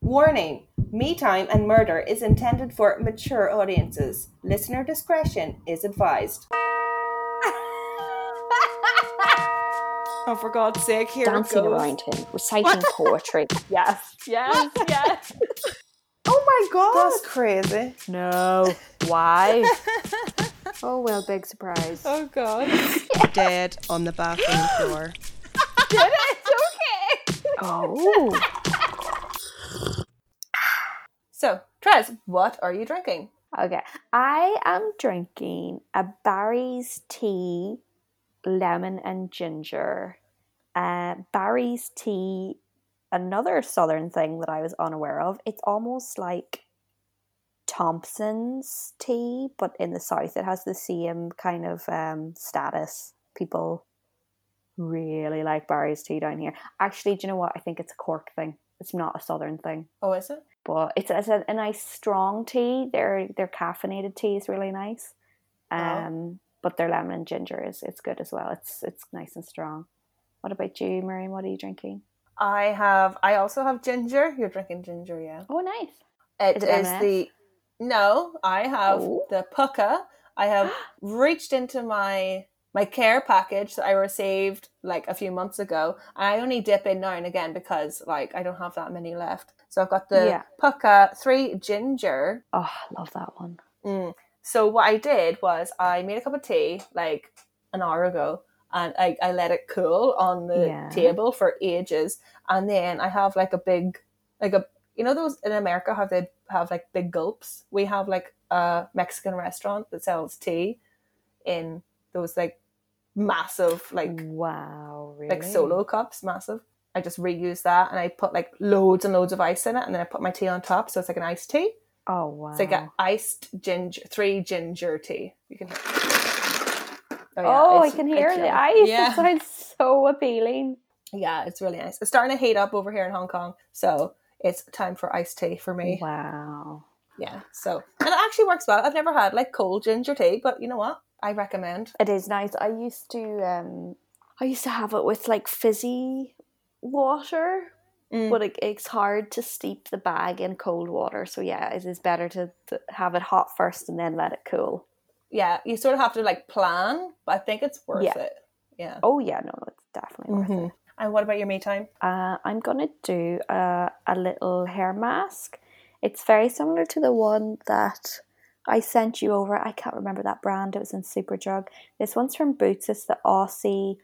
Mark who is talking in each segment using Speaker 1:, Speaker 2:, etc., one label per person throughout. Speaker 1: Warning: "Me Time" and murder is intended for mature audiences. Listener discretion is advised. Oh, for God's sake! Here
Speaker 2: dancing
Speaker 1: it goes.
Speaker 2: around him, reciting poetry.
Speaker 3: Yes, yes, yes.
Speaker 1: Oh my God, that's crazy.
Speaker 3: no. Why?
Speaker 2: Oh well, big surprise.
Speaker 1: Oh God.
Speaker 4: dead on the bathroom floor.
Speaker 2: Oh,
Speaker 1: So, Trez, what are you drinking?
Speaker 2: okay. I am drinking a Barry's tea, lemon and ginger. Uh, Barry's tea, another southern thing that I was unaware of. It's almost like Thompson's tea, but in the south, it has the same kind of um, status. People really like Barry's tea down here. Actually, do you know what? I think it's a Cork thing. It's not a southern thing.
Speaker 1: Oh, is it?
Speaker 2: but it's, it's a, a nice strong tea. Their their caffeinated tea is really nice,
Speaker 1: Oh.
Speaker 2: um, but their lemon and ginger is it's good as well. It's it's nice and strong. What about you, Miriam? What are you drinking?
Speaker 1: I have. I also have ginger. You're drinking ginger, yeah?
Speaker 2: Oh, nice.
Speaker 1: It
Speaker 2: Is
Speaker 1: is
Speaker 2: it M&S?
Speaker 1: the. No, I have
Speaker 2: Oh.
Speaker 1: the puka. I have reached into my my care package that I received like a few months ago. I only dip in now and again because like I don't have that many left. So I've got the
Speaker 2: Yeah.
Speaker 1: puka, three ginger,
Speaker 2: Oh, I love that one.
Speaker 1: Mm. So what I did was I made a cup of tea like an hour ago, and I, I let it cool on the
Speaker 2: Yeah.
Speaker 1: table for ages, and then I have like a big, like a you know those in America how they have like big gulps. We have like a Mexican restaurant that sells tea in those like massive like
Speaker 2: wow, really?
Speaker 1: like solo cups, massive. I just reuse that and I put like loads and loads of ice in it, and then I put my tea on top, so it's like an iced tea.
Speaker 2: Oh wow.
Speaker 1: It's like an iced ginger, three ginger tea. You can. Oh,
Speaker 2: oh, I
Speaker 1: it's-
Speaker 2: can
Speaker 1: it's
Speaker 2: hear the
Speaker 1: yummy.
Speaker 2: ice. It
Speaker 1: Yeah,
Speaker 2: sounds so appealing.
Speaker 1: yeah, it's really nice. It's starting to heat up over here in Hong Kong, so it's time for iced tea for me.
Speaker 2: Wow.
Speaker 1: Yeah, so and it actually works well. I've never had like cold ginger tea, but you know what? I recommend.
Speaker 2: It is nice. I used to um, I used to have it with like fizzy water,
Speaker 1: Mm.
Speaker 2: but it, it's hard to steep the bag in cold water. So yeah, it is better to, to have it hot first and then let it cool.
Speaker 1: Yeah, you sort of have to like plan, but I think it's worth
Speaker 2: Yeah.
Speaker 1: it. Yeah.
Speaker 2: Oh yeah, no, no, it's definitely worth it.
Speaker 1: Mhm. And what about your me time?
Speaker 2: Uh, I'm gonna do a, a little hair mask. It's very similar to the one that I sent you over. I can't remember that brand. It was in Superdrug. This one's from Boots. It's the Aussie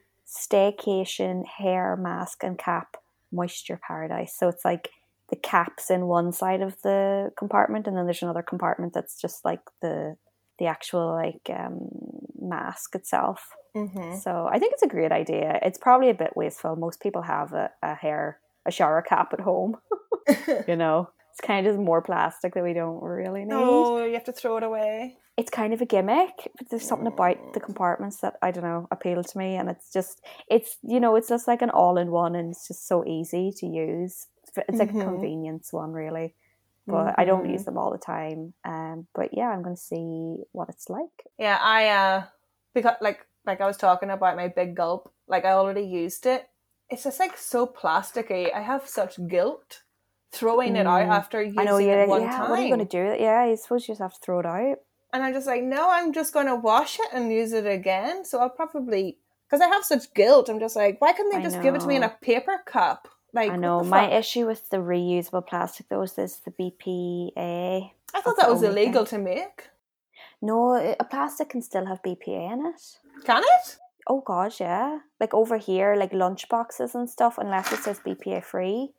Speaker 2: Staycation Hair Mask and Cap Moisture Paradise. So it's like the caps in one side of the compartment, and then there's another compartment that's just like the the actual like um, mask itself.
Speaker 1: Mm-hmm.
Speaker 2: So I think it's a great idea. It's probably a bit wasteful. Most people have a, a hair, a shower cap at home. you know, it's kind of just more plastic that we don't really need.
Speaker 1: Oh, you have to throw it away.
Speaker 2: It's kind of a gimmick, but there's something about the compartments that I don't know appeal to me. And it's just, it's you know, it's just like an all-in-one, and it's just so easy to use. It's like
Speaker 1: Mhm.
Speaker 2: a convenience one, really. But I don't
Speaker 1: Mhm.
Speaker 2: use them all the time. Um, but yeah, I'm going to see what it's like.
Speaker 1: Yeah, I uh because like like I was talking about my big gulp, like I already used it. It's just like so plasticky. I have such guilt throwing it out
Speaker 2: Mm.
Speaker 1: after using
Speaker 2: I know you.
Speaker 1: it one
Speaker 2: yeah,
Speaker 1: time.
Speaker 2: what are you going to do? with it? Yeah, I suppose you just have to throw it out.
Speaker 1: And I'm just like, no, I'm just going to wash it and use it again. So I'll probably because I have such guilt. I'm just like, why couldn't they
Speaker 2: I
Speaker 1: just give it to me in
Speaker 2: know.
Speaker 1: a paper cup? Like
Speaker 2: I
Speaker 1: what
Speaker 2: know.
Speaker 1: the
Speaker 2: My
Speaker 1: fuck?
Speaker 2: issue with the reusable plastic though is this the BPA.
Speaker 1: I thought
Speaker 2: that's
Speaker 1: that
Speaker 2: the
Speaker 1: was
Speaker 2: only
Speaker 1: illegal to make.
Speaker 2: No, i- a plastic can still have BPA in it.
Speaker 1: Can it?
Speaker 2: Oh gosh, yeah. Like over here, like lunch boxes and stuff, unless it says BPA free.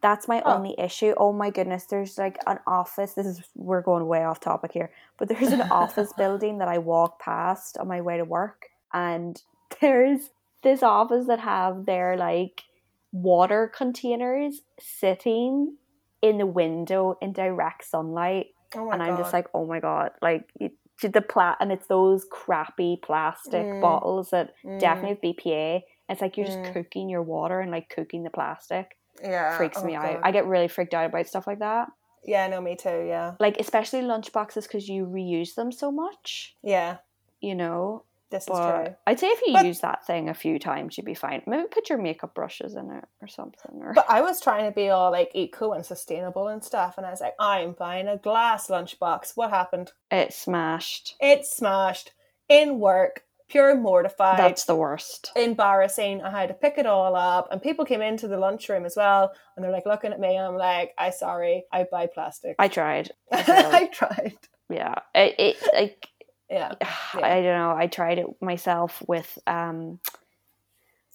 Speaker 2: That's my
Speaker 1: Oh.
Speaker 2: only issue. Oh my goodness, there's like an office. This is we're going way off topic here, but there's an office building that I walk past on my way to work, and there's this office that have their like water containers sitting in the window in direct sunlight
Speaker 1: Oh my
Speaker 2: and I'm just
Speaker 1: God.
Speaker 2: like, oh my god, like you- the plat, and it's those crappy plastic
Speaker 1: Mm.
Speaker 2: bottles that
Speaker 1: Mm,
Speaker 2: definitely have BPA. It's like you're
Speaker 1: Mm.
Speaker 2: just cooking your water and like cooking the plastic.
Speaker 1: yeah,
Speaker 2: Freaks
Speaker 1: oh
Speaker 2: me out.
Speaker 1: God.
Speaker 2: I get really freaked out about stuff like that.
Speaker 1: yeah, no, me too. Yeah,
Speaker 2: Like especially lunch boxes because you reuse them so much.
Speaker 1: yeah.
Speaker 2: You know,
Speaker 1: This is true.
Speaker 2: But I'd say if you
Speaker 4: But-
Speaker 2: use that thing a few times, you'd be fine. Maybe put your makeup brushes in it or something. Or
Speaker 1: But I was trying to be all like eco and sustainable and stuff, and I was like, I'm buying a glass lunchbox. What happened?
Speaker 2: it smashed.
Speaker 1: It smashed in work, pure mortified.
Speaker 2: That's the worst.
Speaker 1: embarrassing. I had to pick it all up, and people came into the lunchroom as well, and they're like looking at me. and I'm like, I sorry, I buy plastic.
Speaker 2: I tried.
Speaker 1: I tried.
Speaker 2: Yeah. It, it like
Speaker 1: Yeah,
Speaker 2: I don't know. I tried it myself with um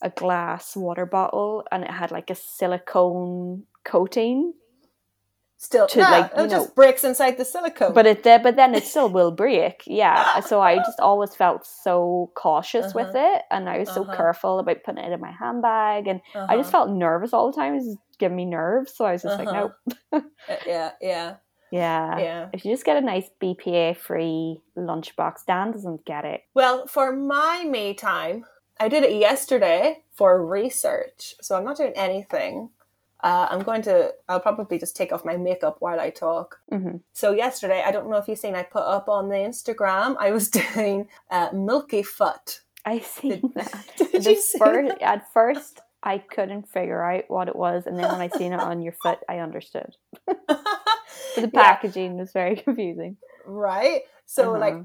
Speaker 2: a glass water bottle, and it had like a silicone coating.
Speaker 1: still,
Speaker 2: To,
Speaker 1: nah,
Speaker 2: like,
Speaker 1: it
Speaker 2: you know-
Speaker 1: just breaks inside the silicone.
Speaker 2: But it then, but then it still will break. Yeah. So I just always felt so cautious with it, and I was so
Speaker 1: Uh-huh.
Speaker 2: careful about putting it in my handbag, and I just
Speaker 1: Uh-huh.
Speaker 2: felt nervous all the time. It was giving me nerves, so I was just like,
Speaker 1: Uh-huh.
Speaker 2: nope.
Speaker 1: Uh, yeah, yeah,
Speaker 2: Yeah.
Speaker 1: yeah.
Speaker 2: If you just get a nice BPA free lunchbox, Dan doesn't get it.
Speaker 1: Well, for my me time, I did it yesterday for research, so I'm not doing anything. Uh, I'm going to. I'll probably just take off my makeup while I talk.
Speaker 2: hmm
Speaker 1: So yesterday, I don't know if you've seen, I put up on the Instagram. I was doing uh, Milky Foot.
Speaker 2: I seen
Speaker 1: Did-
Speaker 2: that.
Speaker 1: Did
Speaker 2: The
Speaker 1: you see
Speaker 2: fir-
Speaker 1: that?
Speaker 2: At first, I couldn't figure out what it was, and then when I seen it on your foot, I understood. But the
Speaker 1: Yeah,
Speaker 2: packaging was very confusing.
Speaker 1: right? So
Speaker 2: Uh-huh.
Speaker 1: like,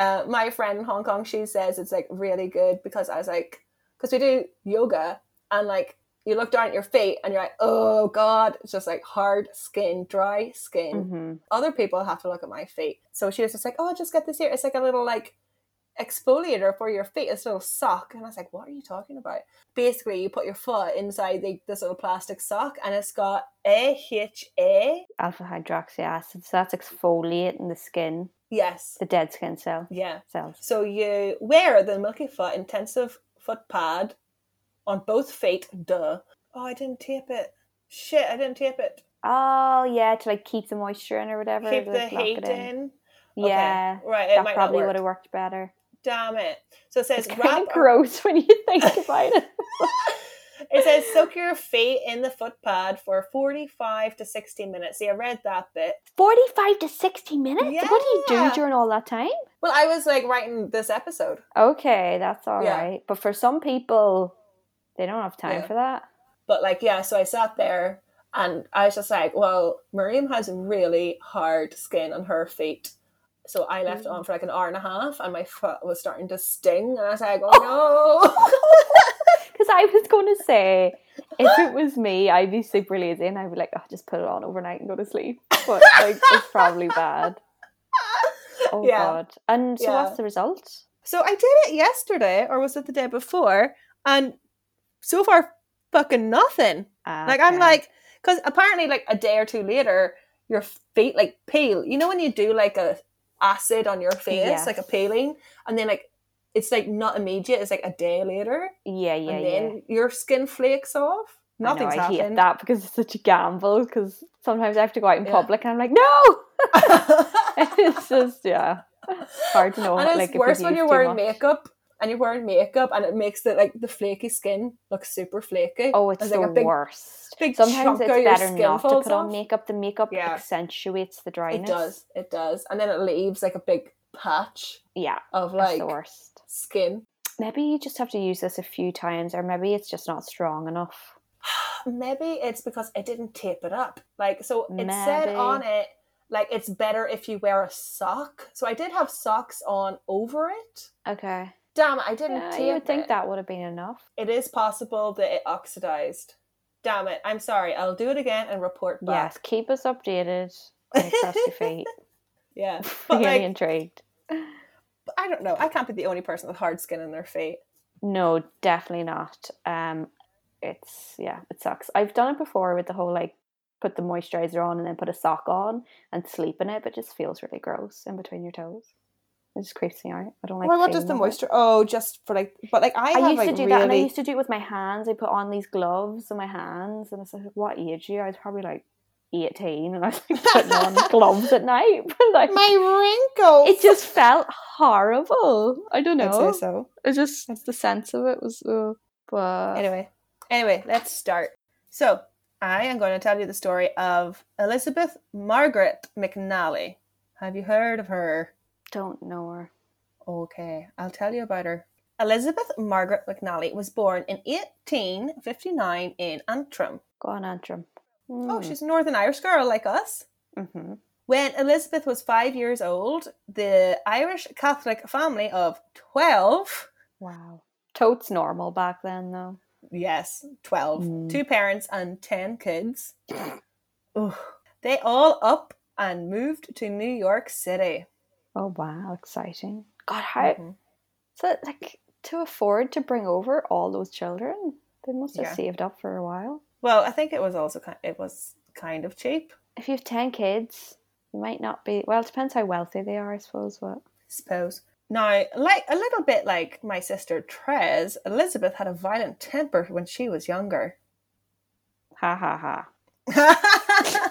Speaker 1: uh, my friend in Hong Kong, she says it's like really good because I was like, because we do yoga and like you look down at your feet and you're like, oh god, it's just like hard skin, dry skin.
Speaker 2: Mhm.
Speaker 1: Other people have to look at my feet. So she was just like, oh, just get this here. It's like a little like exfoliator for your feet. It's a little sock, and I was like, what are you talking about? Basically, you put your foot inside the, this little plastic sock, and it's got AHA.
Speaker 2: Alpha hydroxy acid. So that's exfoliating the skin,
Speaker 1: Yes,
Speaker 2: the dead skin cell
Speaker 1: yeah.
Speaker 2: cells.
Speaker 1: So you wear the Milky Foot Intensive Foot Pad on both feet. Duh. Oh, I didn't tape it. Shit, I didn't tape it.
Speaker 2: Oh yeah, to like keep the moisture in or whatever.
Speaker 1: Keep
Speaker 2: to
Speaker 1: the
Speaker 2: like lock
Speaker 1: heat
Speaker 2: it in.
Speaker 1: in. Okay,
Speaker 2: Yeah.
Speaker 1: Right, it
Speaker 2: That
Speaker 1: might
Speaker 2: probably
Speaker 1: not work.
Speaker 2: would have worked better.
Speaker 1: Damn it. So it says
Speaker 2: It's
Speaker 1: wrap
Speaker 2: kind of gross when you think about it.
Speaker 1: It says soak your feet in the foot pad for 45 to 60 minutes. See, I read that bit.
Speaker 2: 45 to 60 minutes? What do you do
Speaker 1: Yeah.
Speaker 2: during all that time?
Speaker 1: Well, I was like writing this episode.
Speaker 2: Okay, that's all right.
Speaker 1: Yeah.
Speaker 2: But for some people, they don't have time
Speaker 1: Yeah.
Speaker 2: for that.
Speaker 1: But like, yeah, so I sat there and I was just like, well, Miriam has really hard skin on her feet. So I left it on for like an hour and a half and my foot was starting to sting. And I was like, oh
Speaker 2: Because I was going to say, if it was me, I'd be super lazy and I'd be like, oh, just put it on overnight and go to sleep. But like, it's probably bad. Oh,
Speaker 1: Yeah.
Speaker 2: God. And so
Speaker 1: Yeah.
Speaker 2: what's the result?
Speaker 1: no. so I did it yesterday or was it the day before? And so far, fucking nothing. Like I'm
Speaker 2: Okay.
Speaker 1: like, because apparently, like a day or two later, your feet like peel. You know when you do like a acid on your face,
Speaker 2: Yes.
Speaker 1: like a peeling, and then like it's like not immediate. It's like a day later,
Speaker 2: yeah, yeah,
Speaker 1: and
Speaker 2: yeah.
Speaker 1: then your skin flakes off.
Speaker 2: I know,
Speaker 1: Nothing's
Speaker 2: I hate
Speaker 1: happened.
Speaker 2: that because it's such a gamble. Because sometimes I have to go out in
Speaker 1: Yeah.
Speaker 2: public and I'm like, no! it's just, yeah. Hard to know,
Speaker 1: And it's
Speaker 2: like, if you've
Speaker 1: worse when
Speaker 2: used
Speaker 1: you're
Speaker 2: too
Speaker 1: wearing
Speaker 2: much.
Speaker 1: makeup. And you're wearing makeup, and it makes the like the flaky skin look super flaky.
Speaker 2: Oh, it's,
Speaker 1: like
Speaker 2: the
Speaker 1: a big,
Speaker 2: worst.
Speaker 1: big
Speaker 2: Sometimes
Speaker 1: chunk
Speaker 2: it's
Speaker 1: of your
Speaker 2: better
Speaker 1: skin
Speaker 2: not to
Speaker 1: falls
Speaker 2: put on
Speaker 1: off.
Speaker 2: makeup. The makeup
Speaker 1: Yeah.
Speaker 2: accentuates the dryness.
Speaker 1: It does, it does, and then it leaves like a big patch
Speaker 2: Yeah,
Speaker 1: of
Speaker 2: that's
Speaker 1: like
Speaker 2: the worst.
Speaker 1: skin.
Speaker 2: Maybe you just have to use this a few times, or maybe it's just not strong enough.
Speaker 1: Maybe it's because I didn't tape it up. Like, so it said
Speaker 2: Maybe.
Speaker 1: on it, like, it's better if you wear a sock. So I did have socks on over it.
Speaker 2: Okay.
Speaker 1: Damn, I didn't
Speaker 2: Yeah,
Speaker 1: tape
Speaker 2: you would think
Speaker 1: it.
Speaker 2: that would have been enough.
Speaker 1: It is possible that it oxidized. Damn it. I'm sorry. I'll do it again and report
Speaker 2: Yes,
Speaker 1: back.
Speaker 2: keep us updated. and Cross your feet.
Speaker 1: Yeah. But,
Speaker 2: Really
Speaker 1: like,
Speaker 2: intrigued.
Speaker 1: I don't know. I can't be the only person with hard skin in their feet.
Speaker 2: No, definitely not. Um, it's yeah, it sucks. I've done it before with the whole like put the moisturizer on and then put a sock on and sleep in it, but it just feels really gross in between your toes. It just creeps me out. I don't like. feeling of it.
Speaker 1: Oh, just for like, but like,
Speaker 2: I, used to do that, and I used to do it with my hands. I put on these gloves on my hands, and I was like, "What age are you?" I was probably like eighteen, and I was like putting on gloves at night. But like,
Speaker 1: My wrinkles.
Speaker 2: it just felt horrible. I don't know.
Speaker 1: so.
Speaker 2: It just the sense of it was. Uh, but
Speaker 1: Anyway, anyway, let's start. So, I am going to tell you the story of Elizabeth Margaret McNally. Have you heard of her?
Speaker 2: don't know her.
Speaker 1: Okay, I'll tell you about her. Elizabeth Margaret McNally was born in 1859 in Antrim.
Speaker 2: Go on, Antrim.
Speaker 1: Oh,
Speaker 2: Hmm.
Speaker 1: she's a Northern Irish girl like us.
Speaker 2: Mm-hmm.
Speaker 1: When Elizabeth was five years old, the Irish Catholic family of 12,
Speaker 2: Wow. Totes normal back then, though.
Speaker 1: yes, 12,
Speaker 2: Mm.
Speaker 1: two parents and 10 kids, Ugh. they all up and moved to New York City.
Speaker 2: Oh, wow. Exciting. God, how?
Speaker 1: Mhm.
Speaker 2: So, like, to afford to bring over all those children, they must have
Speaker 1: Yeah.
Speaker 2: saved up for a while.
Speaker 1: Well, I think it was also kind it was kind of cheap.
Speaker 2: If you have 10 kids, you might not be. Well, it depends how wealthy they are, I suppose. But
Speaker 1: suppose. Now, like a little bit like my sister Trez, Elizabeth had a violent temper when she was younger.
Speaker 2: ha ha ha.
Speaker 1: yeah,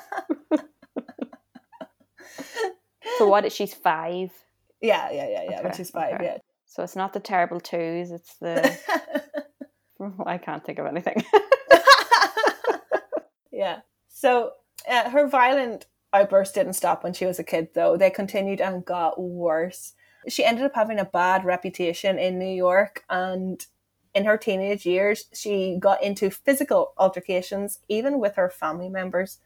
Speaker 2: So, what? She's five.
Speaker 1: yeah, yeah, yeah. When
Speaker 2: Okay,
Speaker 1: she's five,
Speaker 2: okay. So, it's not the terrible twos, it's the.
Speaker 1: yeah.
Speaker 2: I can't think of anything.
Speaker 1: yeah. So uh, her violent outbursts didn't stop when she was a kid, though. They continued and got worse. She ended up having a bad reputation in New York, and in her teenage years, she got into physical altercations, even with her family members.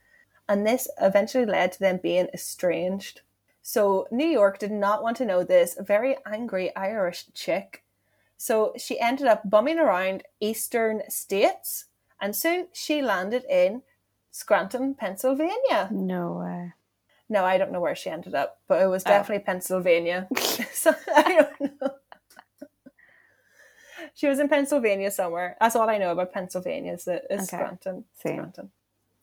Speaker 1: And this eventually led to them being estranged. So New York did not want to know this very angry Irish chick. So she ended up bumming around eastern states and soon she landed in Scranton, Pennsylvania.
Speaker 2: no way.
Speaker 1: No, I don't know where she ended up, but it was
Speaker 2: Oh.
Speaker 1: definitely Pennsylvania. so I don't know. She was in Pennsylvania somewhere. That's all I know about Pennsylvania is, that is
Speaker 2: Okay.
Speaker 1: Scranton.
Speaker 2: Same.
Speaker 1: Scranton.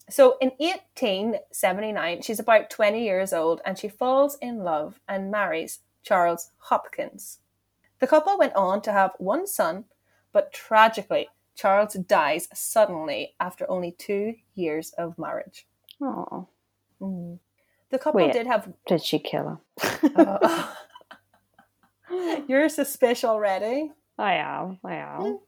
Speaker 1: So in 1879, she's about 20 years old and she falls in love and marries Charles Hopkins. The couple went on to have one son, but tragically, Charles dies suddenly after only two years of marriage.
Speaker 2: Oh,
Speaker 1: The couple
Speaker 2: Wait.
Speaker 1: did have.
Speaker 2: did she kill him?
Speaker 1: Oh. you're suspicious already,
Speaker 2: I am. I am.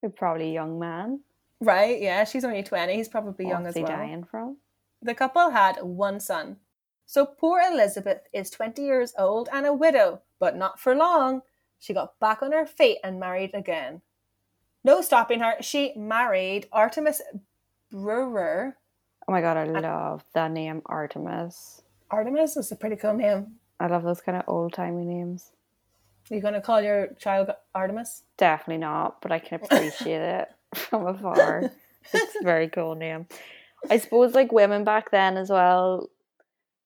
Speaker 2: You're probably a young man.
Speaker 1: right? Yeah, she's only 20. He's probably young as
Speaker 2: What's he
Speaker 1: well.
Speaker 2: dying from?
Speaker 1: The couple had one son. So poor Elizabeth is 20 years old and a widow, but not for long. She got back on her feet and married again. No stopping her, she married Artemis Brewer.
Speaker 2: Oh my god, I love that name, Artemis.
Speaker 1: Artemis is a pretty cool name.
Speaker 2: I love those kind of old timey names.
Speaker 1: you going to call your child Artemis?
Speaker 2: Definitely not, but I can appreciate it from afar. It's a very cool name. I suppose like women back then as well.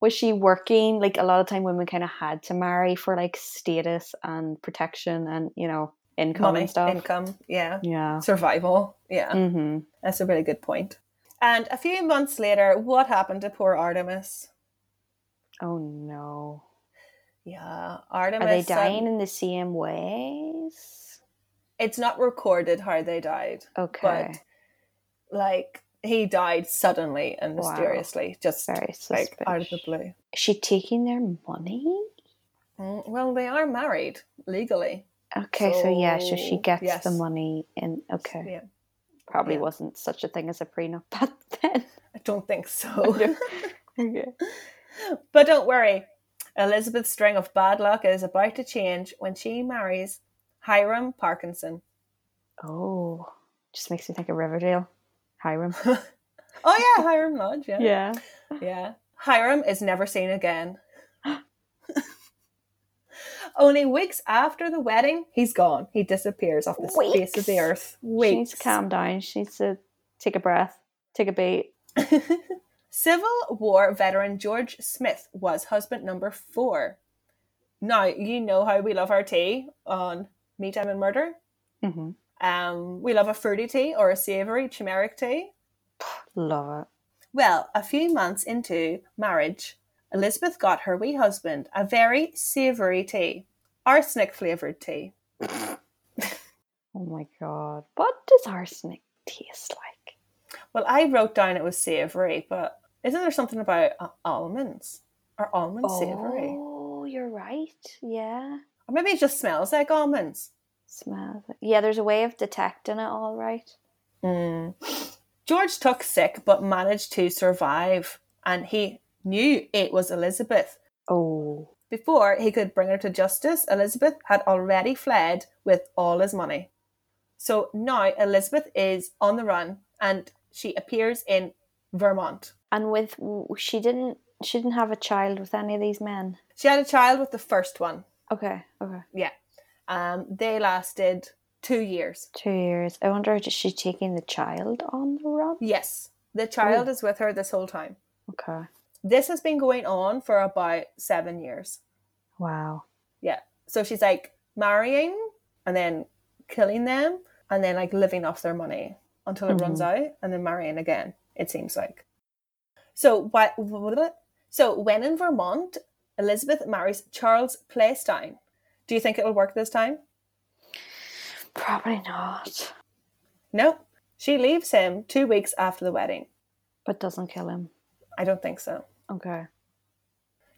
Speaker 2: Was she working? Like a lot of time women kind of had to marry for like status and protection and, you know, income
Speaker 1: Money,
Speaker 2: and stuff.
Speaker 1: income, yeah.
Speaker 2: Yeah.
Speaker 1: Survival, yeah.
Speaker 2: Mm-hmm.
Speaker 1: That's a really good point. And a few months later, what happened to poor Artemis?
Speaker 2: Oh no.
Speaker 1: Yeah, Artemis.
Speaker 2: Are they
Speaker 1: um,
Speaker 2: dying in the same ways?
Speaker 1: it's not recorded how they died,
Speaker 2: Okay.
Speaker 1: but like he died suddenly and
Speaker 2: Wow.
Speaker 1: mysteriously, just
Speaker 2: Very
Speaker 1: like
Speaker 2: suspicious.
Speaker 1: out of the blue.
Speaker 2: Is she taking their money?
Speaker 1: Mm, Well, they are married legally.
Speaker 2: Okay, so, yeah, so she
Speaker 1: So,
Speaker 2: gets
Speaker 1: yes.
Speaker 2: the money and okay.
Speaker 1: Yeah,
Speaker 2: Probably
Speaker 1: yeah.
Speaker 2: wasn't such a thing as a prenup back then.
Speaker 1: I don't think so.
Speaker 2: okay.
Speaker 1: but don't worry, Elizabeth's string of bad luck is about to change when she marries Hiram Parkinson.
Speaker 2: Oh, just makes me think of Riverdale. Hiram.
Speaker 1: Oh yeah, Hiram Lodge. Yeah,
Speaker 2: yeah.
Speaker 1: Yeah. Hiram is never seen again. Only weeks after the wedding, he's gone. He disappears off the face of the
Speaker 2: Weeks?
Speaker 1: earth.
Speaker 2: She needs
Speaker 1: Weeks.
Speaker 2: to calm down. She needs to take a breath, take a beat.
Speaker 1: Civil War veteran George Smith was husband number four. Now, you know how we love our tea on Me Time and Murder.
Speaker 2: Mm-hmm.
Speaker 1: Um, we love a fruity tea or a savoury turmeric tea.
Speaker 2: Love
Speaker 1: Well, a few months into marriage, Elizabeth got her wee husband a very savoury tea, arsenic flavoured tea.
Speaker 2: it. Oh my god. What does arsenic taste like?
Speaker 1: Well, I wrote down it was savoury, but isn't there something about uh, almonds? Are almonds savoury?
Speaker 2: Oh, you're right. Yeah.
Speaker 1: Or maybe it just smells like almonds.
Speaker 2: Smells. Yeah, there's a way of detecting it all right.
Speaker 1: Mm. George took sick but managed to survive, and he knew it was Elizabeth.
Speaker 2: Oh.
Speaker 1: Before he could bring her to justice, Elizabeth had already fled with all his money. So now Elizabeth is on the run and she appears in Vermont.
Speaker 2: And with she didn't she didn't have a child with any of these men.
Speaker 1: She had a child with the first one.
Speaker 2: Okay, okay.
Speaker 1: Yeah. Um, they lasted two years.
Speaker 2: Two years. I wonder is she taking the child on the run?
Speaker 1: Yes. The child is with her this whole time.
Speaker 2: Okay.
Speaker 1: This has been going on for about seven years.
Speaker 2: Wow.
Speaker 1: Yeah. So she's like marrying and then killing them and then like living off their money until it runs out and then marrying again, it seems like. So why so when in Vermont, Elizabeth marries Charles Plaistown. Do you think it'll work this time?
Speaker 2: Probably not.
Speaker 1: No. She leaves him two weeks after the wedding.
Speaker 2: But doesn't kill him.
Speaker 1: I don't think so.
Speaker 2: Okay.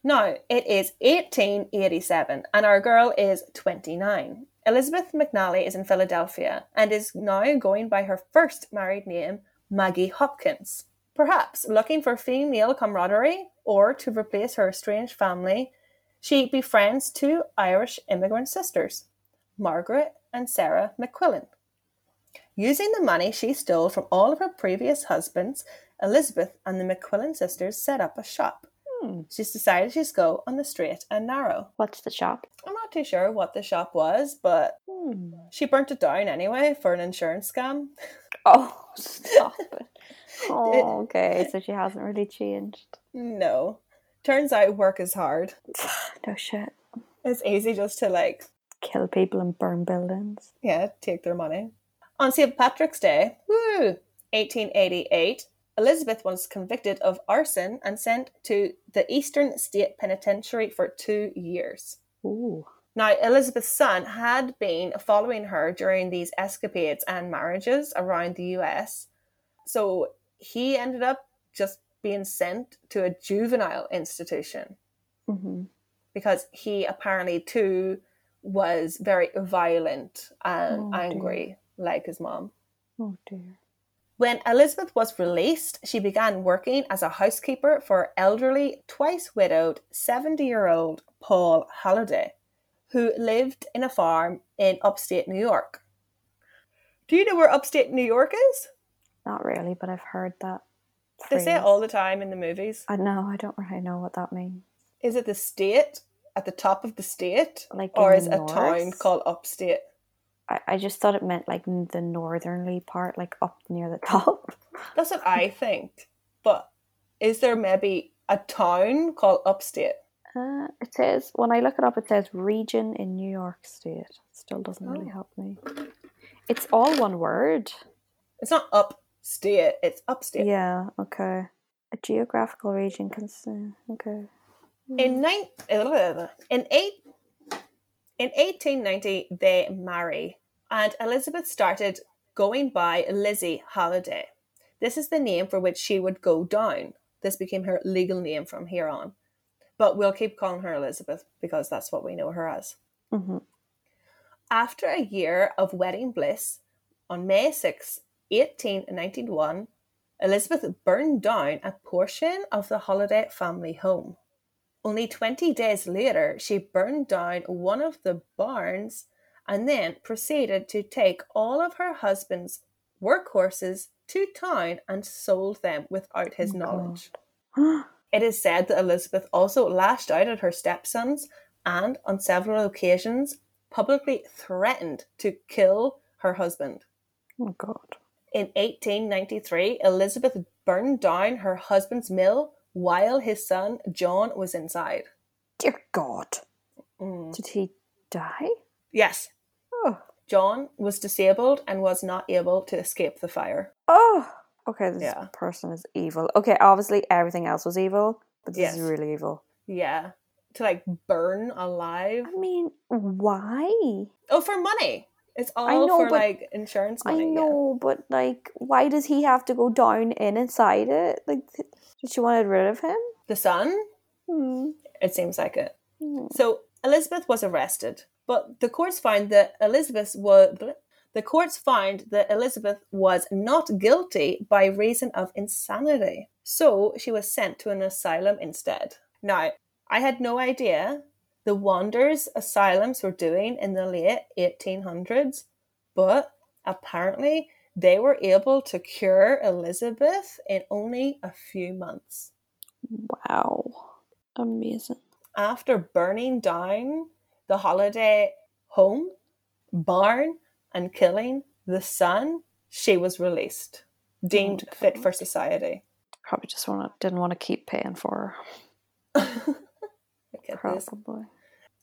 Speaker 1: No, it is 1887, and our girl is 29. Elizabeth McNally is in Philadelphia and is now going by her first married name, Maggie Hopkins. Perhaps looking for female camaraderie or to replace her estranged family, she befriends two Irish immigrant sisters, Margaret and Sarah McQuillan. Using the money she stole from all of her previous husbands, Elizabeth and the McQuillan sisters set up a shop. She's decided she's go on the straight and narrow.
Speaker 2: What's the shop?
Speaker 1: I'm not too sure what the shop was, but
Speaker 2: Hmm.
Speaker 1: she burnt it down anyway for an insurance scam.
Speaker 2: Oh, stop it. Oh, okay. So she hasn't really changed.
Speaker 1: No. Turns out work is hard.
Speaker 2: No shit.
Speaker 1: It's easy just to like,
Speaker 2: Kill people and burn buildings.
Speaker 1: yeah, take their money. On St. Patrick's Day, woo, 1888, Elizabeth was convicted of arson and sent to the Eastern State Penitentiary for two years.
Speaker 2: Ooh.
Speaker 1: Now, Elizabeth's son had been following her during these escapades and marriages around the US. So he ended up just being sent to a juvenile institution Mm-hmm.
Speaker 2: hmm
Speaker 1: because he apparently too was very violent and
Speaker 2: Oh, dear.
Speaker 1: angry, like his mom.
Speaker 2: Oh dear.
Speaker 1: When Elizabeth was released, she began working as a housekeeper for elderly, twice widowed, 70 year old Paul Halliday, who lived in a farm in upstate New York. Do you know where upstate New York is?
Speaker 2: Not really, but I've heard that.
Speaker 1: They say it
Speaker 2: phrase.
Speaker 1: all the time in the movies.
Speaker 2: I know. I don't really know what that means.
Speaker 1: Is it the state at the top of the state?
Speaker 2: Like
Speaker 1: or
Speaker 2: in
Speaker 1: is
Speaker 2: the
Speaker 1: a town
Speaker 2: north?
Speaker 1: called upstate?
Speaker 2: I, I just thought it meant like n- the northerly part, like up near the top.
Speaker 1: That's what I think. But is there maybe a town called upstate?
Speaker 2: Uh, it says when I look it up, it says region in New York State. Still doesn't really
Speaker 1: Oh.
Speaker 2: help me. It's all one word.
Speaker 1: It's not upstate, it's upstate.
Speaker 2: Yeah. Okay. A geographical region. Cons- uh, okay.
Speaker 1: In nine, in eight, in eighteen ninety, they marry, and Elizabeth started going by Lizzie Halliday. This is the name for which she would go down. This became her legal name from here on, but we'll keep calling her Elizabeth because that's what we know her as.
Speaker 2: Mm-hmm.
Speaker 1: After a year of wedding bliss, on May 6, 1891, Elizabeth burned down a portion of the Holiday family home. Only 20 days later, she burned down one of the barns and then proceeded to take all of her husband's work horses to town and sold them without his
Speaker 2: Oh, God.
Speaker 1: knowledge.
Speaker 2: Oh,
Speaker 1: It is said that Elizabeth also lashed out at her stepsons and, on several occasions, publicly threatened to kill her husband.
Speaker 2: oh God.
Speaker 1: In 1893, Elizabeth burned down her husband's mill while his son John was inside.
Speaker 2: Dear God.
Speaker 1: Mm.
Speaker 2: Did he die?
Speaker 1: Yes,
Speaker 2: Oh.
Speaker 1: John was disabled and was not able to escape the fire.
Speaker 2: Oh. Okay. This
Speaker 1: Yeah.
Speaker 2: person is evil. Okay. Obviously, everything else was evil, but this
Speaker 1: Yes.
Speaker 2: is really evil.
Speaker 1: Yeah, to like burn alive.
Speaker 2: I mean, why?
Speaker 1: Oh, for money. It's all
Speaker 2: know,
Speaker 1: for
Speaker 2: but-
Speaker 1: like insurance money.
Speaker 2: I
Speaker 1: yeah.
Speaker 2: know, but like, why does he have to go down in inside it? Like, th- did she want rid of him?
Speaker 1: The son?
Speaker 2: Hmm.
Speaker 1: It seems like it.
Speaker 2: Hmm.
Speaker 1: So Elizabeth was arrested, but the courts found that Elizabeth was the courts found that Elizabeth was not guilty by reason of insanity. So she was sent to an asylum instead. Now, I had no idea the Wanderers Asylums were doing in the late 1800s, but apparently they were able to cure Elizabeth in only a few months.
Speaker 2: Wow. Amazing.
Speaker 1: After burning down the holiday home, barn, and killing the son, she was released, deemed
Speaker 2: Oh,
Speaker 1: fit
Speaker 2: God.
Speaker 1: for society.
Speaker 2: Probably just want to, didn't want to keep paying for
Speaker 1: Look
Speaker 2: her.
Speaker 1: at this.
Speaker 2: Probably.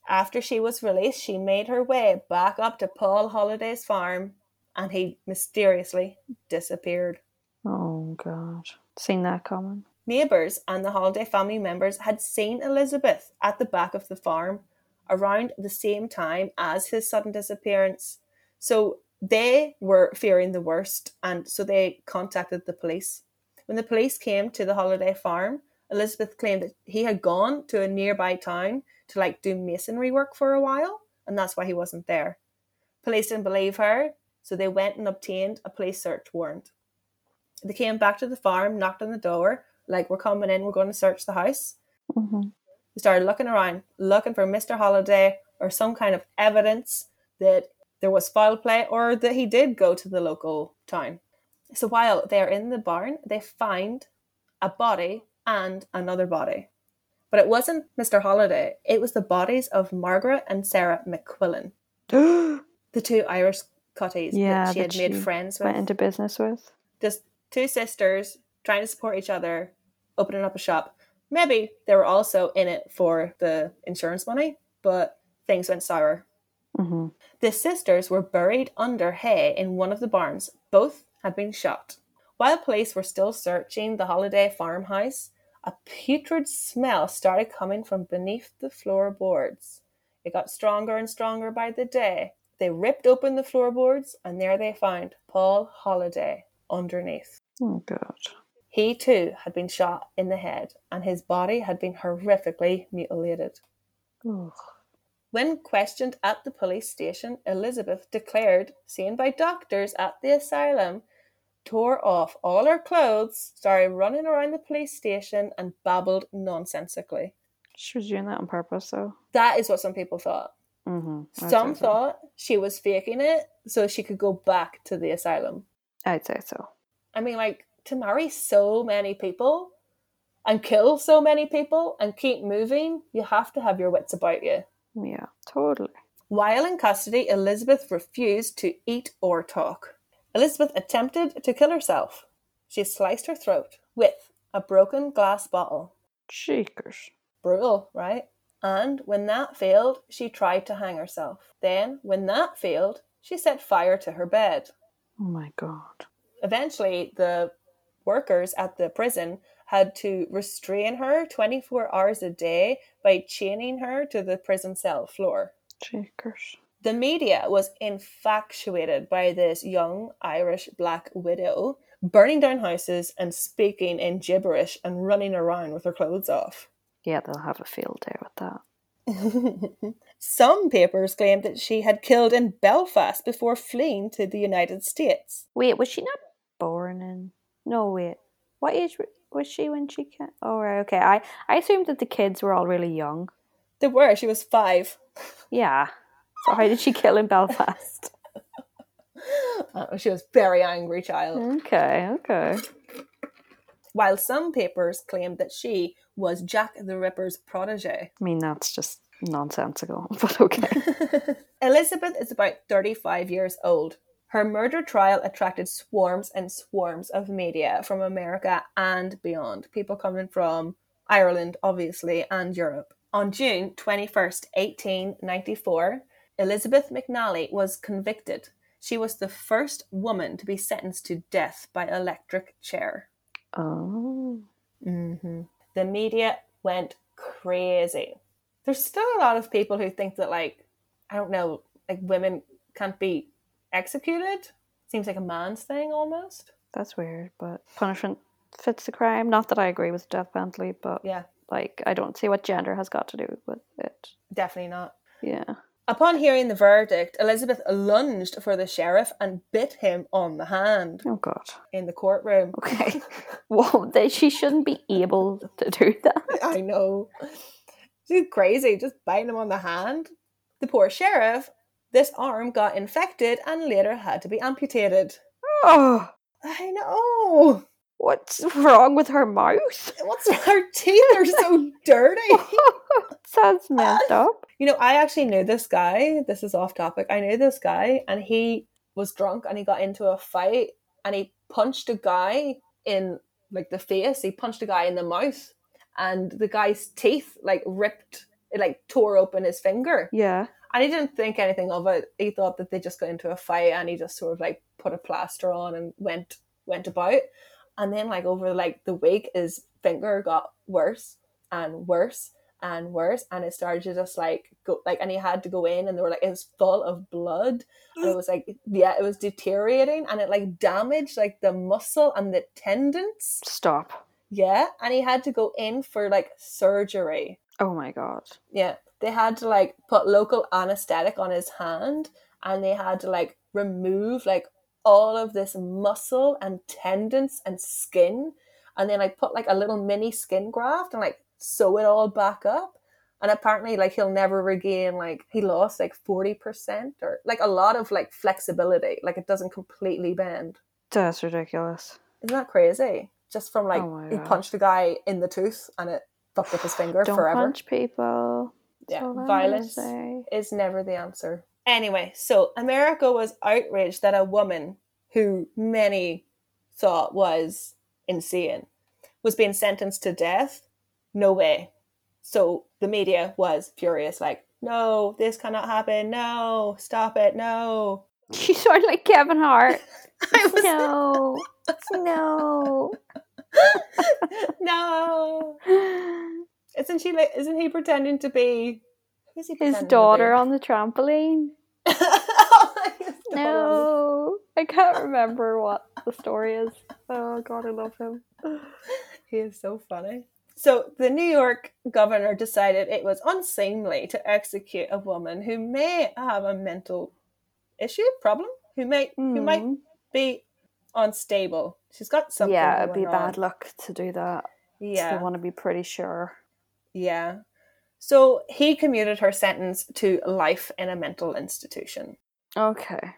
Speaker 1: After she was released, she made her way back up to Paul Holliday's farm and he mysteriously disappeared.
Speaker 2: Oh god. Seen that coming.
Speaker 1: Neighbours and the Holiday family members had seen Elizabeth at the back of the farm around the same time as his sudden disappearance. So they were fearing the worst and so they contacted the police. When the police came to the Holiday farm, Elizabeth claimed that he had gone to a nearby town to like do masonry work for a while and that's why he wasn't there. Police didn't believe her, so they went and obtained a police search warrant. They came back to the farm, knocked on the door, like, we're coming in, we're going to search the house.
Speaker 2: Mm-hmm.
Speaker 1: They started looking around, looking for Mr. Holiday or some kind of evidence that there was foul play or that he did go to the local town. So while they're in the barn, they find a body and another body. But it wasn't Mr. Holiday, it was the bodies of Margaret and Sarah McQuillan, the two Irish cutties
Speaker 2: Yeah,
Speaker 1: that she
Speaker 2: that
Speaker 1: had made
Speaker 2: she
Speaker 1: friends with
Speaker 2: Went into business with.
Speaker 1: just two sisters trying to support each other, opening up a shop. Maybe they were also in it for the insurance money, but things went sour.
Speaker 2: Mm-hmm.
Speaker 1: The sisters were buried under hay in one of the barns. Both had been shot. While police were still searching the holiday farmhouse, a putrid smell started coming from beneath the floorboards. It got stronger and stronger by the day. They ripped open the floorboards, and there they found Paul Holiday underneath.
Speaker 2: Oh god.
Speaker 1: He too had been shot in the head, and his body had been horrifically mutilated.
Speaker 2: Ugh.
Speaker 1: When questioned at the police station, Elizabeth declared, seen by doctors at the asylum, tore off all her clothes, started running around the police station, and babbled nonsensically.
Speaker 2: She was doing that on purpose though.
Speaker 1: That is what some people thought.
Speaker 2: Mm-hmm.
Speaker 1: some thought she was faking it so she could go back to the asylum.
Speaker 2: I'd say so.
Speaker 1: I mean, like to marry so many people and kill so many people and keep moving, you have to have your wits about you.
Speaker 2: Yeah, totally.
Speaker 1: While in custody, Elizabeth refused to eat or talk. Elizabeth attempted to kill herself. She sliced her throat with a broken glass bottle.
Speaker 2: Cheekers.
Speaker 1: Brutal, right? And when that failed, she tried to hang herself. Then, when that failed, she set fire to her bed.
Speaker 2: Oh my god.
Speaker 1: eventually the workers at the prison had to restrain her 24 hours a day by chaining her to the prison cell floor.
Speaker 2: Cheekers.
Speaker 1: The media was infatuated by this young Irish black widow, burning down houses and speaking in gibberish and running around with her clothes off.
Speaker 2: Yeah, they'll have a field day with that.
Speaker 1: Some papers claimed that she had killed in Belfast before fleeing to the United States.
Speaker 2: Wait, was she not born in? No, wait. What age wa- was she when she came? Oh, right, okay. I I assumed that the kids were all really young.
Speaker 1: There were, she was five.
Speaker 2: Yeah. So how did she kill in Belfast?
Speaker 1: Uh, she was a very angry child.
Speaker 2: Okay, okay.
Speaker 1: While some papers claimed that she was Jack the Ripper's protege.
Speaker 2: I mean, that's just nonsensical, but okay.
Speaker 1: Elizabeth is about 35 years old. Her murder trial attracted swarms and swarms of media from America and beyond, people coming from Ireland, obviously, and Europe. On June 21st, 1894, Elizabeth McNally was convicted. She was the first woman to be sentenced to death by electric chair.
Speaker 2: Oh,
Speaker 1: Mm-hmm. The media went crazy. There's still a lot of people who think that, like, I don't know, like women can't be executed. Seems like a man's thing almost.
Speaker 2: that's weird, but punishment fits the crime. Not that I agree with the death penalty, but
Speaker 1: Yeah,
Speaker 2: like, I don't see what gender has got to do with it.
Speaker 1: definitely not.
Speaker 2: Yeah.
Speaker 1: Upon hearing the verdict, Elizabeth lunged for the sheriff and bit him on the hand
Speaker 2: Oh, God.
Speaker 1: in the courtroom.
Speaker 2: Okay. well, then she shouldn't be able to do that.
Speaker 1: I know. She's crazy, just biting him on the hand. The poor sheriff, this arm got infected and later had to be amputated.
Speaker 2: Oh,
Speaker 1: I know.
Speaker 2: what's wrong with her mouth?
Speaker 1: What's her teeth are so dirty.
Speaker 2: Sounds messed up.
Speaker 1: You know, I actually knew this guy. This is off topic. I knew this guy, and he was drunk, and he got into a fight, and he punched a guy in like the face. He punched a guy in the mouth, and the guy's teeth like ripped. It like tore open his finger,
Speaker 2: Yeah.
Speaker 1: and he didn't think anything of it. He thought that they just got into a fight, and he just sort of like put a plaster on and went went about. And then like over like the week, his finger got worse and worse and worse, and it started to just like go like, and he had to go in, and they were like it was full of blood, and it was like yeah, it was deteriorating, and it like damaged like the muscle and the tendons.
Speaker 2: Stop.
Speaker 1: Yeah, and he had to go in for like surgery.
Speaker 2: Oh my god.
Speaker 1: Yeah, they had to like put local anesthetic on his hand, and they had to like remove like all of this muscle and tendons and skin, and then like put like a little mini skin graft and like sew it all back up. And apparently, like he'll never regain like he lost like forty percent or like a lot of like flexibility. Like it doesn't completely bend.
Speaker 2: That's ridiculous.
Speaker 1: Isn't that crazy? Just from like
Speaker 2: Oh my
Speaker 1: he
Speaker 2: God.
Speaker 1: punched a guy in the tooth and it fucked up his finger
Speaker 2: Don't
Speaker 1: forever.
Speaker 2: punch people. That's
Speaker 1: Yeah,
Speaker 2: all I'm gonna
Speaker 1: violence.
Speaker 2: say.
Speaker 1: is never the answer. Anyway, so America was outraged that a woman who many thought was insane was being sentenced to death. No way. So the media was furious, like, no, this cannot happen. No, stop it. No.
Speaker 2: You sound like Kevin Hart.
Speaker 1: I was-
Speaker 2: no. No.
Speaker 1: no. Isn't she like, isn't he pretending to be who's he
Speaker 2: His
Speaker 1: pretending to be?
Speaker 2: daughter on the trampoline.
Speaker 1: Oh, His daughter on the
Speaker 2: No. I can't remember what the story is. Oh god, I love him.
Speaker 1: He is so funny. So the New York governor decided it was unseemly to execute a woman who may have a mental issue problem, who may who might
Speaker 2: Mm.
Speaker 1: be unstable. She's got something.
Speaker 2: yeah, it'd
Speaker 1: going
Speaker 2: be
Speaker 1: on.
Speaker 2: bad luck to do that. Yeah. They
Speaker 1: Yeah,
Speaker 2: want to be pretty sure.
Speaker 1: yeah. So he commuted her sentence to life in a mental institution.
Speaker 2: Okay.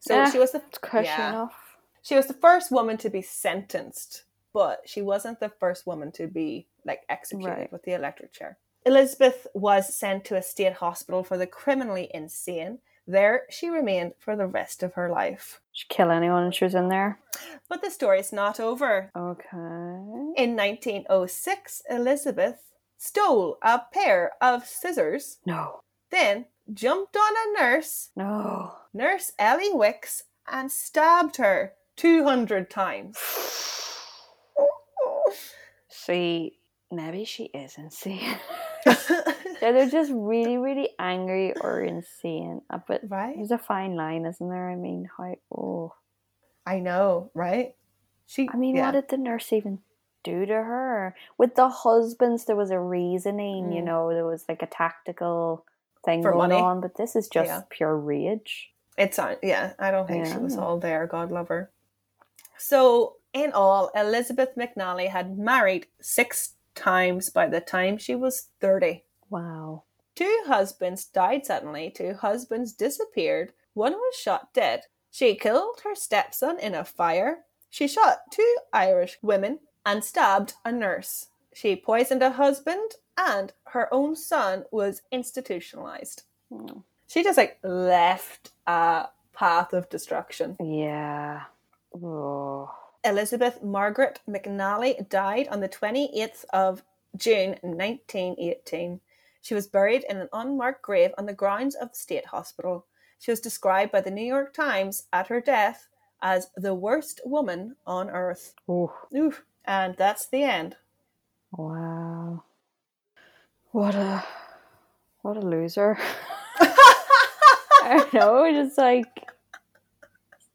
Speaker 1: So
Speaker 2: Eh.
Speaker 1: she was the
Speaker 2: It's cushy
Speaker 1: Yeah.
Speaker 2: enough.
Speaker 1: she was the first woman to be sentenced, but she wasn't the first woman to be like executed
Speaker 2: Right.
Speaker 1: with the electric chair. Elizabeth was sent to a state hospital for the criminally insane. There she remained for the rest of her life.
Speaker 2: She'd kill anyone if she was in there.
Speaker 1: But the story's not over.
Speaker 2: Okay.
Speaker 1: In 1906, Elizabeth stole a pair of scissors,
Speaker 2: No.
Speaker 1: then jumped on a nurse,
Speaker 2: No.
Speaker 1: Nurse Ellie Wicks, and stabbed her 200 times.
Speaker 2: See, maybe she is insane. Yeah, They're just really, really angry or insane. Uh, But
Speaker 1: right?
Speaker 2: there's a fine line, isn't there? I mean, how? Oh,
Speaker 1: I know, right? She.
Speaker 2: I mean,
Speaker 1: yeah.
Speaker 2: what did the nurse even do to her? With the husbands, there was a reasoning. You
Speaker 1: Mm.
Speaker 2: know, there was like a tactical thing
Speaker 1: For
Speaker 2: going
Speaker 1: money.
Speaker 2: on. But this is just
Speaker 1: Yeah.
Speaker 2: pure rage.
Speaker 1: It's on. Yeah, I don't think she was
Speaker 2: Yeah.
Speaker 1: all there. God love her. So, in all, Elizabeth McNally had married six times by the time she was thirty.
Speaker 2: Wow.
Speaker 1: Two husbands died suddenly. Two husbands disappeared. One was shot dead. She killed her stepson in a fire. She shot two Irish women and stabbed a nurse. She poisoned a husband, and her own son was institutionalized.
Speaker 2: Mm.
Speaker 1: she just like left a path of destruction.
Speaker 2: Yeah. Oh.
Speaker 1: Elizabeth Margaret McNally died on the 28th of June 1918. She was buried in an unmarked grave on the grounds of the state hospital. She was described by the New York Times at her death as the worst woman on earth.
Speaker 2: Oh.
Speaker 1: Oof. And that's the end.
Speaker 2: Wow. What a what a loser. I don't know, just like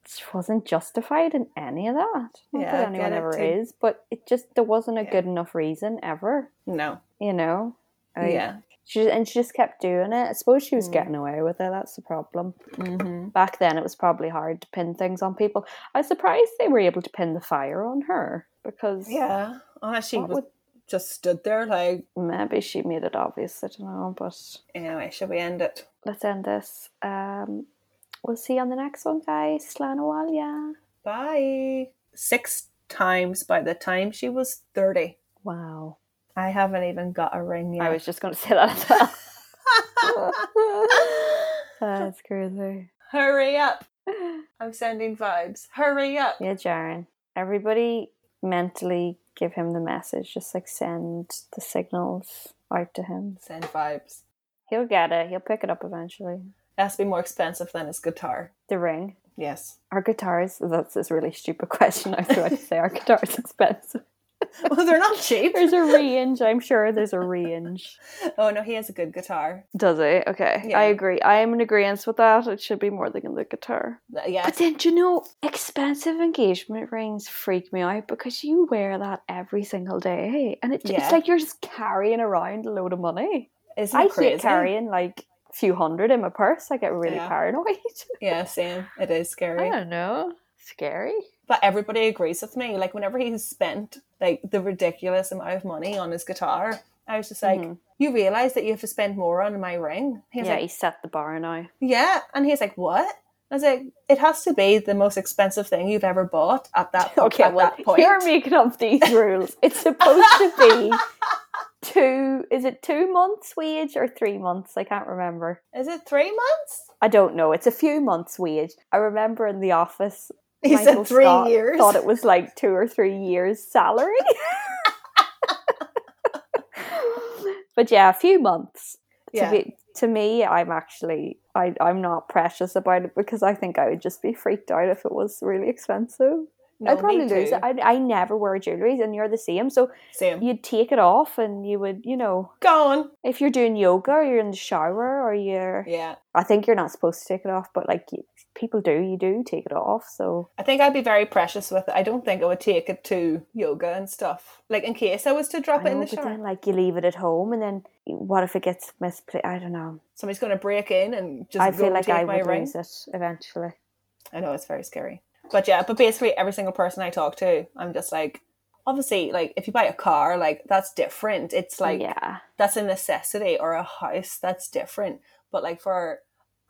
Speaker 2: she wasn't justified in any of that. Not
Speaker 1: Yeah, I
Speaker 2: that anyone
Speaker 1: get it
Speaker 2: ever
Speaker 1: too.
Speaker 2: is, but it just there wasn't a
Speaker 1: Yeah.
Speaker 2: good enough reason ever,
Speaker 1: no.
Speaker 2: you know? Like,
Speaker 1: Yeah.
Speaker 2: She and she just kept doing it. I suppose she was
Speaker 1: Mm.
Speaker 2: getting away with it, that's the problem.
Speaker 1: Mm-hmm.
Speaker 2: Back then it was probably hard to pin things on people. I was surprised they were able to pin the fire on her because
Speaker 1: Yeah. Unless she
Speaker 2: what
Speaker 1: was
Speaker 2: would
Speaker 1: just stood there like,
Speaker 2: Maybe she made it obvious, I don't know, but
Speaker 1: anyway, shall we end it?
Speaker 2: let's end this. Um, we'll see you on the next one, guys. Slanawalia.
Speaker 1: Bye. Six times by the time she was 30.
Speaker 2: Wow.
Speaker 1: I haven't even got a ring yet.
Speaker 3: I was just going to say that as well.
Speaker 2: That's crazy.
Speaker 1: Hurry up. I'm sending vibes. Hurry up.
Speaker 2: Yeah, Jaren. Everybody mentally give him the message. Just like send the signals out to him.
Speaker 1: Send vibes.
Speaker 2: He'll get it. He'll pick it up eventually.
Speaker 1: It has to be more expensive than his guitar.
Speaker 2: The ring.
Speaker 1: Yes.
Speaker 2: Our guitars. That's this really stupid question. I forgot to say our guitar is expensive.
Speaker 1: Well, they're not cheap.
Speaker 2: There's a range. I'm sure there's a range.
Speaker 1: Oh, no, he has a good guitar.
Speaker 2: Does it? Okay.
Speaker 1: Yeah.
Speaker 2: I agree. I am in agreement with that. It should be more than the guitar.
Speaker 1: Yeah.
Speaker 2: But then, do you know, expensive engagement rings freak me out because you wear that every single day. eh? And it,
Speaker 1: Yeah.
Speaker 2: it's like you're just carrying around a load of money.
Speaker 1: Isn't
Speaker 2: I
Speaker 1: it crazy?
Speaker 2: hate carrying like a few hundred in my purse. I get really
Speaker 1: Yeah.
Speaker 2: paranoid.
Speaker 1: Yeah, same. It is
Speaker 3: I
Speaker 1: scary.
Speaker 3: don't know. Scary.
Speaker 1: But everybody agrees with me. Like whenever he spent like the ridiculous amount of money on his guitar, I was just like,
Speaker 2: Mhm.
Speaker 1: "You realize that you have to spend more on my ring?" He was
Speaker 2: yeah,
Speaker 1: like,
Speaker 2: he set the bar now.
Speaker 1: "Yeah," and he's like, "What?" I was like, "It has to be the most expensive thing you've ever bought at that
Speaker 2: Okay,
Speaker 1: at
Speaker 2: well,
Speaker 1: that point."
Speaker 2: you're making up these rules. It's supposed to be two, is it two months' wage or three months? I can't remember.
Speaker 1: Is it three months?
Speaker 2: I don't know. It's a few months' wage. I remember in the office,
Speaker 1: He
Speaker 2: Michael
Speaker 1: said three
Speaker 2: Scott
Speaker 1: years.
Speaker 2: thought it was like two or three years' salary. but yeah, a few months.
Speaker 1: yeah,
Speaker 2: To, be, to me, I'm actually I I'm not precious about it because I think I would just be freaked out if it was really expensive.
Speaker 1: no,
Speaker 2: I'd probably
Speaker 1: me
Speaker 2: lose
Speaker 1: too.
Speaker 2: it. I I never wear jewelry, and you're the same. So
Speaker 1: Same.
Speaker 2: you'd take it off, and you would you know
Speaker 1: Go on.
Speaker 2: if you're doing yoga or you're in the shower or you're
Speaker 1: Yeah,
Speaker 2: I think you're not supposed to take it off, but like you, people do, you do take it off. So
Speaker 1: I think I'd be very precious with it. I don't think I would take it to yoga and stuff. Like in case I was to drop
Speaker 2: I
Speaker 1: it in
Speaker 2: know,
Speaker 1: the
Speaker 2: but
Speaker 1: shower,
Speaker 2: then like you leave it at home, and then what if it gets misplaced? I don't know.
Speaker 1: somebody's going to break in and just
Speaker 2: I
Speaker 1: go
Speaker 2: feel
Speaker 1: and
Speaker 2: like
Speaker 1: take
Speaker 2: I
Speaker 1: my
Speaker 2: would
Speaker 1: ring.
Speaker 2: lose it eventually.
Speaker 1: I know it's very scary. But yeah, but basically every single person I talk to, I'm just like, obviously, like if you buy a car, like that's different. It's like
Speaker 2: yeah,
Speaker 1: that's a necessity or a house that's different. But like for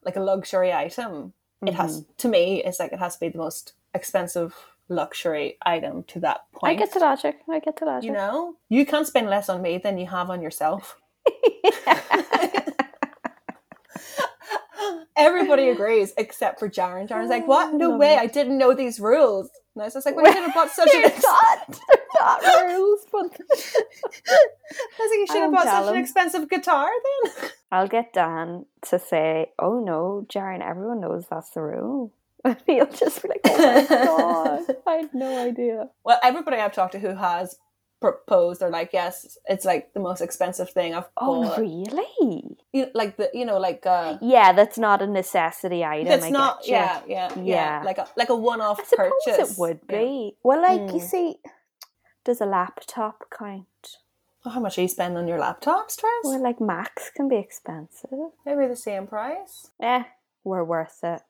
Speaker 1: like a luxury item, it
Speaker 2: Mm-hmm.
Speaker 1: has to me. It's like it has to be the most expensive luxry item to that
Speaker 2: I
Speaker 1: point.
Speaker 2: get the logic. I get the logic.
Speaker 1: You know, you can't spend less on me than you have on yourself. Everybody agrees except for Jaren. Jaren's like, "What? No way! I didn't know these rules." And I was just like, "Well, you should have bought such an
Speaker 2: They're
Speaker 1: ex-
Speaker 2: not, they're not rules, but
Speaker 1: I was like, you should have
Speaker 2: I'm
Speaker 1: bought such
Speaker 2: Jalen.
Speaker 1: an expensive guitar then."
Speaker 2: I'll get Dan to say, "Oh no, Jaren, everyone knows that's the rule." And he'll just be like, "Oh my god, I had no idea."
Speaker 1: well, everybody I've talked to who has proposed, they're like, "Yes, it's like the most expensive thing I've
Speaker 2: Oh,
Speaker 1: bought."
Speaker 2: really?
Speaker 1: You- like the, you know, like uh,
Speaker 2: Yeah, that's not a necessity item.
Speaker 1: that's
Speaker 2: I
Speaker 1: not,
Speaker 2: getcha.
Speaker 1: yeah, yeah, yeah,
Speaker 2: Yeah.
Speaker 1: like a like a one-off
Speaker 2: I suppose
Speaker 1: purchase.
Speaker 2: it would
Speaker 1: Yeah.
Speaker 2: be. Well, like you
Speaker 1: Mm.
Speaker 2: see, does a laptop count?
Speaker 1: Oh, how much are you spending on your laptops, Tress?
Speaker 2: Well, like Macs can be expensive.
Speaker 1: Maybe the same price.
Speaker 2: Eh, we're worth it.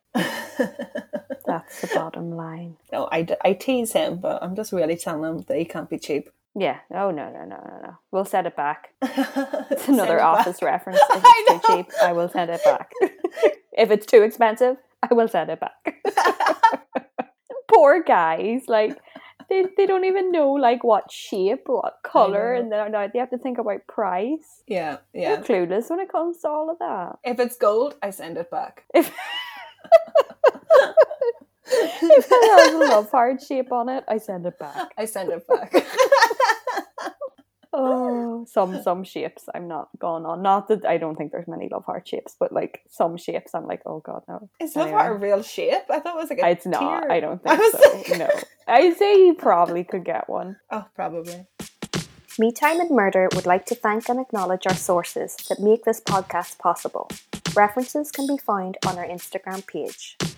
Speaker 2: That's the bottom line.
Speaker 1: no, I, d- I tease him, but I'm just really telling him that he can't be cheap.
Speaker 2: Yeah. Oh no no no no no. We'll send it back.
Speaker 1: it's
Speaker 2: It's another office reference. If
Speaker 1: I
Speaker 2: it's too
Speaker 1: know.
Speaker 2: cheap, I will send it back. if it's too expensive, I will send it back. Poor guys, like they, they don't even know like what shape or what color,
Speaker 1: know.
Speaker 2: and then now they have to think about price.
Speaker 1: yeah,
Speaker 2: You're
Speaker 1: yeah.
Speaker 2: clueless when it comes to all of that.
Speaker 1: If it's gold, I send it back.
Speaker 2: If, if it has a love heart shape on it, I send it back.
Speaker 1: I send it back.
Speaker 2: Oh, some some shapes I'm not gone on. Not that I don't think there's many love heart shapes, but like some shapes I'm like, oh god, no.
Speaker 1: Is that
Speaker 2: Anyway.
Speaker 1: a real shape? I thought it was like a
Speaker 2: It's not.
Speaker 1: tear.
Speaker 2: I don't
Speaker 1: I
Speaker 2: think so.
Speaker 1: was like-
Speaker 2: No. I say you probably could get one.
Speaker 1: Oh, probably.
Speaker 2: Me Time and Murder would like to thank and acknowledge our sources that make this podcast possible. References can be found on our Instagram page.